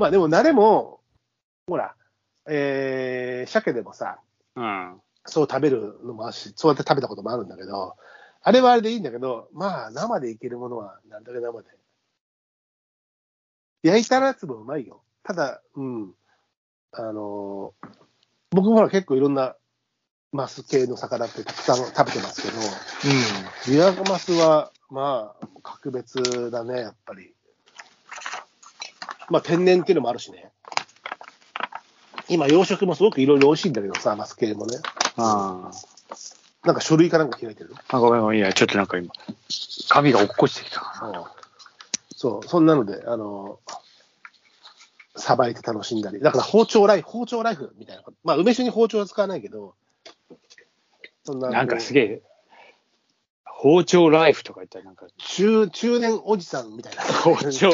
あでも慣れも、ほら、えー、鮭でもさ、うん。そう食べるのもあるし、そうやって食べたこともあるんだけど、あれはあれでいいんだけど、まあ生でいけるものはなんだけ生で。焼いたやつもうまいよ。ただ、うん。あのー僕もほら結構いろんなマス系の魚ってたくさん食べてますけど、ビワマスは、まあ、格別だね、やっぱり。まあ、天然っていうのもあるしね。今、養殖もすごくいろいろ美味しいんだけどさ、マス系もね。あなんか書類かなんか開いてる。あ、ごめんごめん。いや、ちょっとなんか今、髪が落っこちてきたかそう、そんなので、あの、さばいて楽しんだり。だから包丁ライフ、包丁ライフみたいなこと。まあ、梅酒に包丁は使わないけど、そんな。な。なんかすげえ。え、包丁ライフとか言ったらなんか、中、中年おじさんみたいな。包 丁、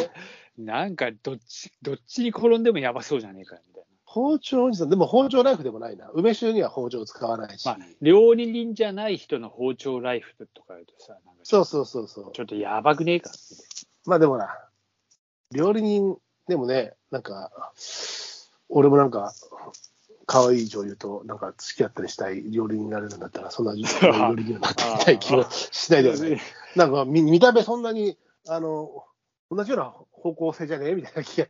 なんかどっち、どっちに転んでもやばそうじゃねえかよみたいな。包丁おじさん、でも包丁ライフでもないな。梅酒には包丁を使わないし。まあ、料理人じゃない人の包丁ライフとか言うとさ、なんかちょそうそうそうそう。ちょっとやばくねえかみたいまあでもな、料理人でもね、なんか、俺もなんか、可愛い女優となんか付き合ったりしたい料理人になれるんだったら、そんな料理人になっていきたい気もしないでは ない。な。なんか見見た目そんなに、あの、同じような方向性じゃねえみたいな気が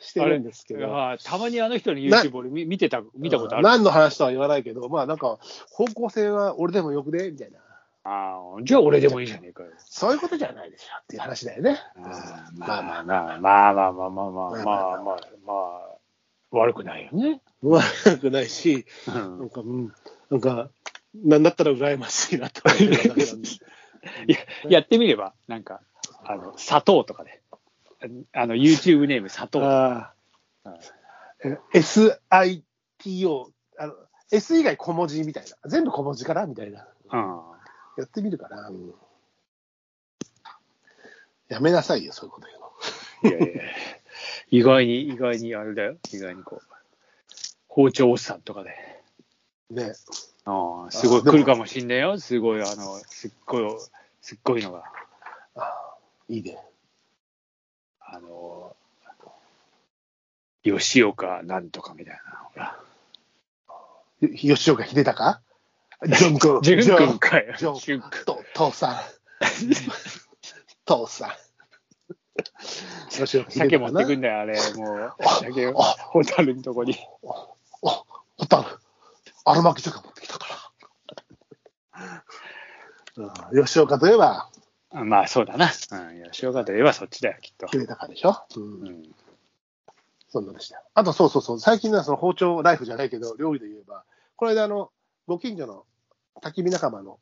してるんですけど。あーたまにあの人の YouTube 俺見見てた、見たことある。何の話とは言わないけど、まあなんか、方向性は俺でもよくねみたいな。あーじゃあ俺でもいいじゃねえかよ。そういうことじゃないでしょっていう話だよね。あーまあまあまあまあまあまあまあままあまあまあまあまあまあ悪くないよね。悪くないし、うんなんか、うん、なんか、なんだったら羨ましいなと 思ってるだけなんでいややってみればなんかあの砂糖とかで、あの YouTube ネーム砂糖。あーえ SITO、あの S 以外小文字みたいな、全部小文字かなみたいな、うん。やってみるかな、うんやめなさいよ、そういうこと言うの。いやいやいや意外に意外にあれだよ。意外にこう包丁おっさんとかで。ね、ああすごいあでも来るかもしんないよ。すごいあのすっごいすっごいのがあーいいね。あの吉岡なんとかみたいなほら。よ吉岡秀 隆ジョン君。ジュン君かよ。ジョンジュン君。と父さん。父さん。吉岡秀隆鮭か持ってなくんだよ、あれ。もう、あ鮭を、あホタルのとこに。あ、ホタル、アルマキジョカ持ってきたから。うん、吉岡といえば、あまあ、そうだな。うん、吉岡といえばそっちだよ、きっと。秀隆でしょ、う、うんん。そんなでしたよ。あと、そうそうそう、最近のはその包丁ライフじゃないけど、料理で言えば、この間、あの、ご近所の焚き火仲間の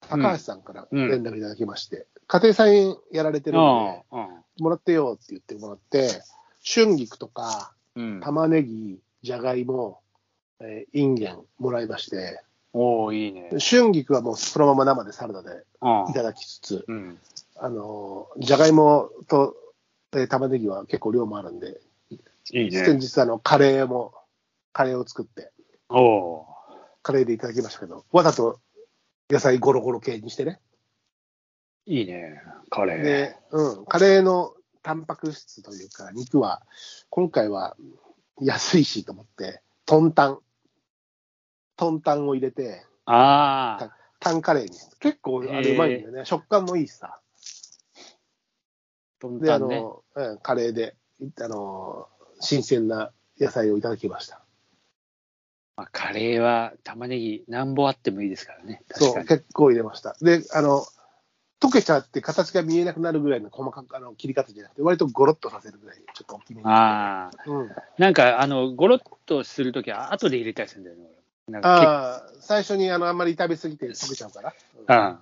高橋さんからうん連絡いただきまして、家庭菜園やられてるんで、うん。もらってよって言ってもらって、春菊とか、うん。玉ねぎ、じゃがいも、えー、いんげんもらいまして、おおいいね。春菊はもうそのまま生でサラダでうんいただきつつ、うん。あのー、じゃがいもと、えー玉ねぎは結構量もあるんで、いい先ね。日あの、カレーも、カレーを作って、おおカレーでいただきましたけど、わざと野菜ゴロゴロ系にしてね。ーいいね。カレで、うん、カレーのタンパク質というか、肉は、今回は安いしと思って、トンタン。トンタンを入れて、ー。ああ。タンカレーに。結構あれうまいんだよね。食感もいいしさ。トンで、タあンね。の、うんカレーで、あの、新鮮な野菜をいただきました。まあ、カレーは玉ねぎ何本あってもいいですからね。確そかう、に。結構入れました。で、あの、溶けちゃって形が見えなくなるぐらいの細かくあの切り方じゃなくて、割とゴロッとさせるぐらい、ちょっと大きめに。ああ。うん、なんか、あの、ゴロッとするときは後で入れたりするんだよね、俺。なんかあー最初にあのあんまり炒めすぎて溶けちゃうから。結構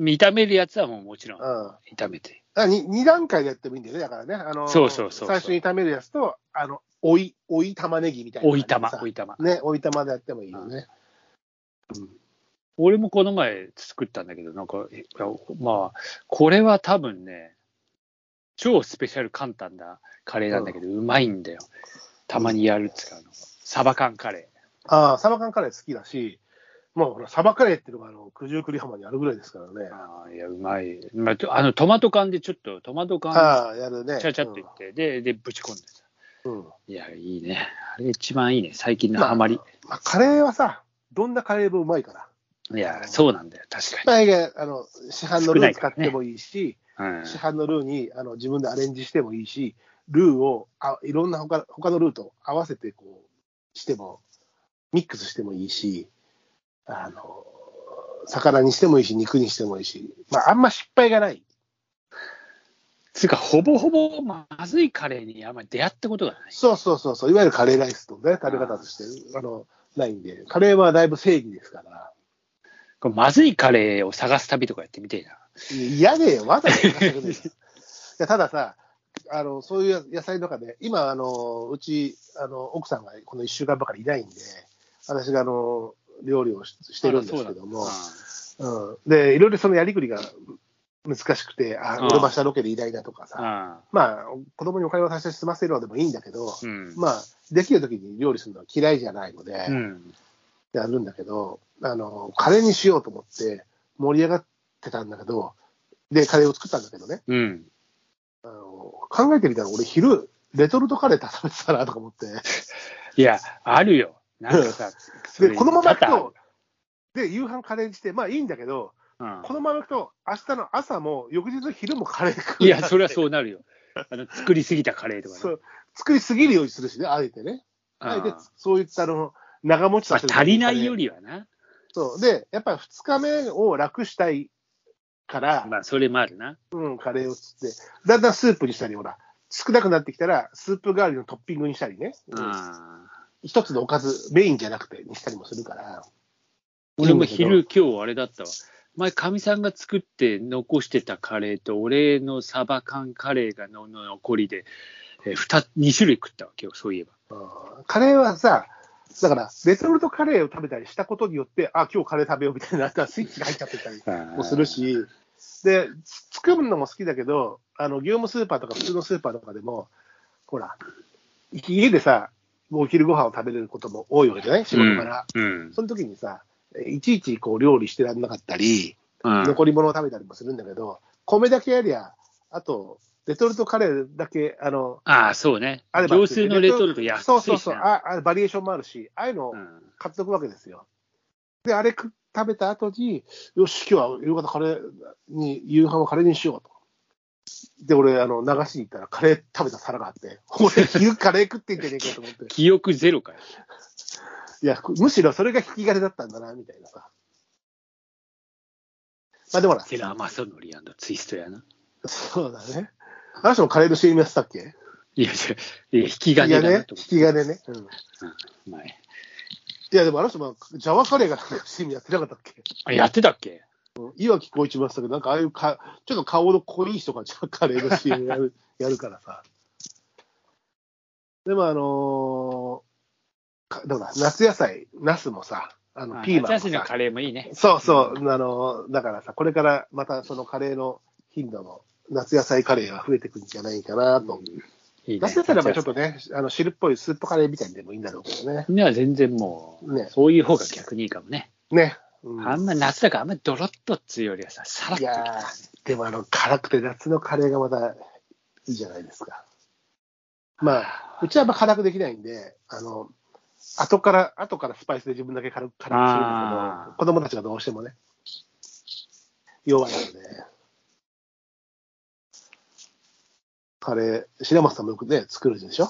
うん。炒めるやつはもうもちろんうん炒めて。あに2段階でやってもいいんだよね、だからね。あのそうそうそうそう最初に炒めるやつと、あの、おい、おい玉ねぎみたいな。おいたま、おいたま。ね、おい玉でやってもいいよね。俺もこの前作ったんだけど、なんか、いやまあ、これは多分ね、超スペシャル簡単なカレーなんだけど、うまいんだよ。たまにやるっつうか、あのサバ缶カレああ、サバ缶カレー好きだし、まあほら、サバカレーっていうのが、あの、九十九里浜にあるぐらいですからね。あーいや、うまい。まあと、あの、トマト缶でちょっと、トマト缶、ああ、やるね。ちゃちゃっといって、で、で、ぶち込んでさ。うん。うんいや、いいね。あれ一番いいね。最近のハマり。まあ、カレーはさ、どんなカレーもうまいから。いや、そうなんだよ。確かまあ、いやあの、市販のル少なーい使かっらねてもいいし、に。うん。市販のルーにあの自分でアレンジしてもいいし、ルーをあいろんな他他のルーと合わせてこうしても、ミックスしてもいいし、あの、魚にしてもいいし、肉にしてもいいし、まあ、あんま失敗がない。つうか、ほぼほぼまずいカレーにあんまり出会ったことがない。そうそうそうそう、いわゆるカレーライスとね、食べ方として、あの、ないんで、カレーはだいぶ正義ですから、これまずいカレーを探す旅とかやってみてえな。いや嫌でよ、わざわざ行かせてくれるいやたださ、あの、そういう野菜の中で、今、あの、うち、あの、奥さんがこの1週間ばかりいないんで、私が、あの、料理をししてるんですけどもあ、うん。で、いろいろそのやりくりが難しくて、あ、うん俺明日ロケで偉大だとかそうさ、なんだ。まあ、子供にお金を渡して済ませるのでもいいんだけど、うん。うん。まあ、できる時に料理するのは嫌いじゃないので、うん。やるんだけど、あの、カレーにしようと思って盛り上がってたんだけど、で、カレーを作ったんだけどね、うん。あの考えてみたら俺昼、レトルトカレー食べてたなとか思って、いや、あるよ。なんかさ、そ れで、このまま行く多々と、で、夕飯カレーにして、まあいいんだけど、あるこのまま行くと、明日の朝も翌日の昼もカレー食うん、いや、それれはそうなるよ。あの作りすぎたカレーとか、ね。そう作りすぎるようにするしね、あえてね。あえうんてそういったあの長持ちまさあせる、足りないよりはな。そう。で、やっぱり2日目を楽したいから、まあ、それもあるな。うん、カレーをつって、だんだんスープにしたり、ほら、少なくなってきたら、スープ代わりのトッピングにしたりね、ああ一つのおかず、メインじゃなくてにしたりもするから、俺もいいん昼、今日あれだったわ。前、かみさんが作って残してたカレーと、俺のサバ缶カレーがのの残りで、えー、2, 二種類食ったわ、今日、そういえば。うんカレーはさ、だから、レトルトカレーを食べたりしたことによって、あ、今日カレー食べようみたいな、スイッチが入っちゃってたりもするし、で、つ作るのも好きだけど、あの、業務スーパーとか普通のスーパーとかでも、ほら、家でさ、お昼ご飯を食べれることも多いわけじゃない仕事から。うん。うんその時にさ、えいちいちこう料理してらんなかったり、うん残り物を食べたりもするんだけど、米だけやりゃ、あと、レトルトカレーだけ、あの、ああ、そうね。あれば業数のレトルト安いしな。そうそうそう、ああバリエーションもあるし、ああいうのをうん買っとくわけですよ。で、あれ食食べた後に、よし、今日は夕方カレーに、夕飯はカレーにしようと。で、俺、あの、流しに行ったら、カレー食べた皿があって、 俺、昼カレー食ってんじゃねえかと思って、記憶ゼロかよ。いや、むしろそれが引き金だったんだな、みたいなさ。まあでもほら、テラマソノリツイストやな。そうだね。あの人もカレーの CM やってたっけいや、じゃ引き金だなと引思っき金ね。うん。いて前や、でもあの人も、ジャワカレーがなん か CM やってなかったっけあやってたっけ岩城浩一もやってたけど、なんかああいうか、ちょっと顔の濃い人が ジャワカレーの CM やる やるからさ。でもあのー、かだから夏野菜、ナスもさ、あの、ピーマン夏も休みのさ、カレーもいいね。そうそう、あの、だからさ、これからまたそのカレーの頻度の夏野菜カレーが増えてくるんじゃないかなと。いいね。夏野菜はちょっとね、あの汁っぽいスープカレーみたいにでもいいんだろうけどね。みんなは全然もう、ねそういう方が逆にいいかもね。ね。うんあんま夏だからあんまドロッとっつうよりはさ、さらっいと。やー、でもあの、辛くて夏のカレーがまたいいじゃないですか。まあ、うちはあんま辛くできないんで、あの、後から、後からスパイスで自分だけ辛く辛くするんですけあど、子供たちがどうしてもね、弱いので。カレー、白松さんもよくね、作るでしょ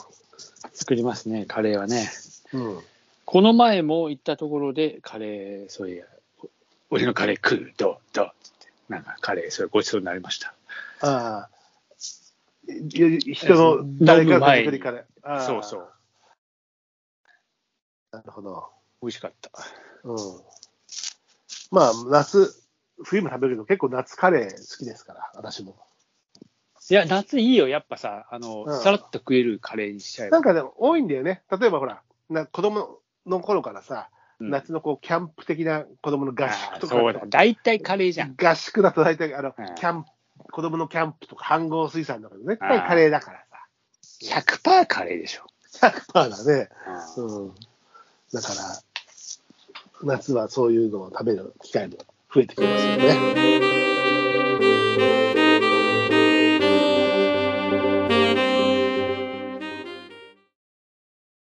作りますね、カレーはね。うん。この前も行ったところで、カレー、そういや、お俺のカレー食う、どう、どうっつって、なんかカレー、それごちそうになりました。ああ。いい人の誰かが作りカレー。ああそうそう。。なるほど。美味しかった。うん。まあ、夏、冬も食べるけど、結構夏カレー好きですから、私も。いや、夏いいよ、やっぱさ、あの、うんさらっと食えるカレーにしちゃえば。なんかでも多いんだよね。例えばほら、な子供の頃からさ、うん夏のこう、キャンプ的な子供の合宿あとーか。そうだ、大体カレーじゃん。合宿だと大体、あの、うんキャンプ、子供のキャンプとか、飯合水産とかで絶対カレーだから100%カレーでしょ。さ。100%だね。うん。だから、夏はそういうのを食べる機会も増えてきますよね。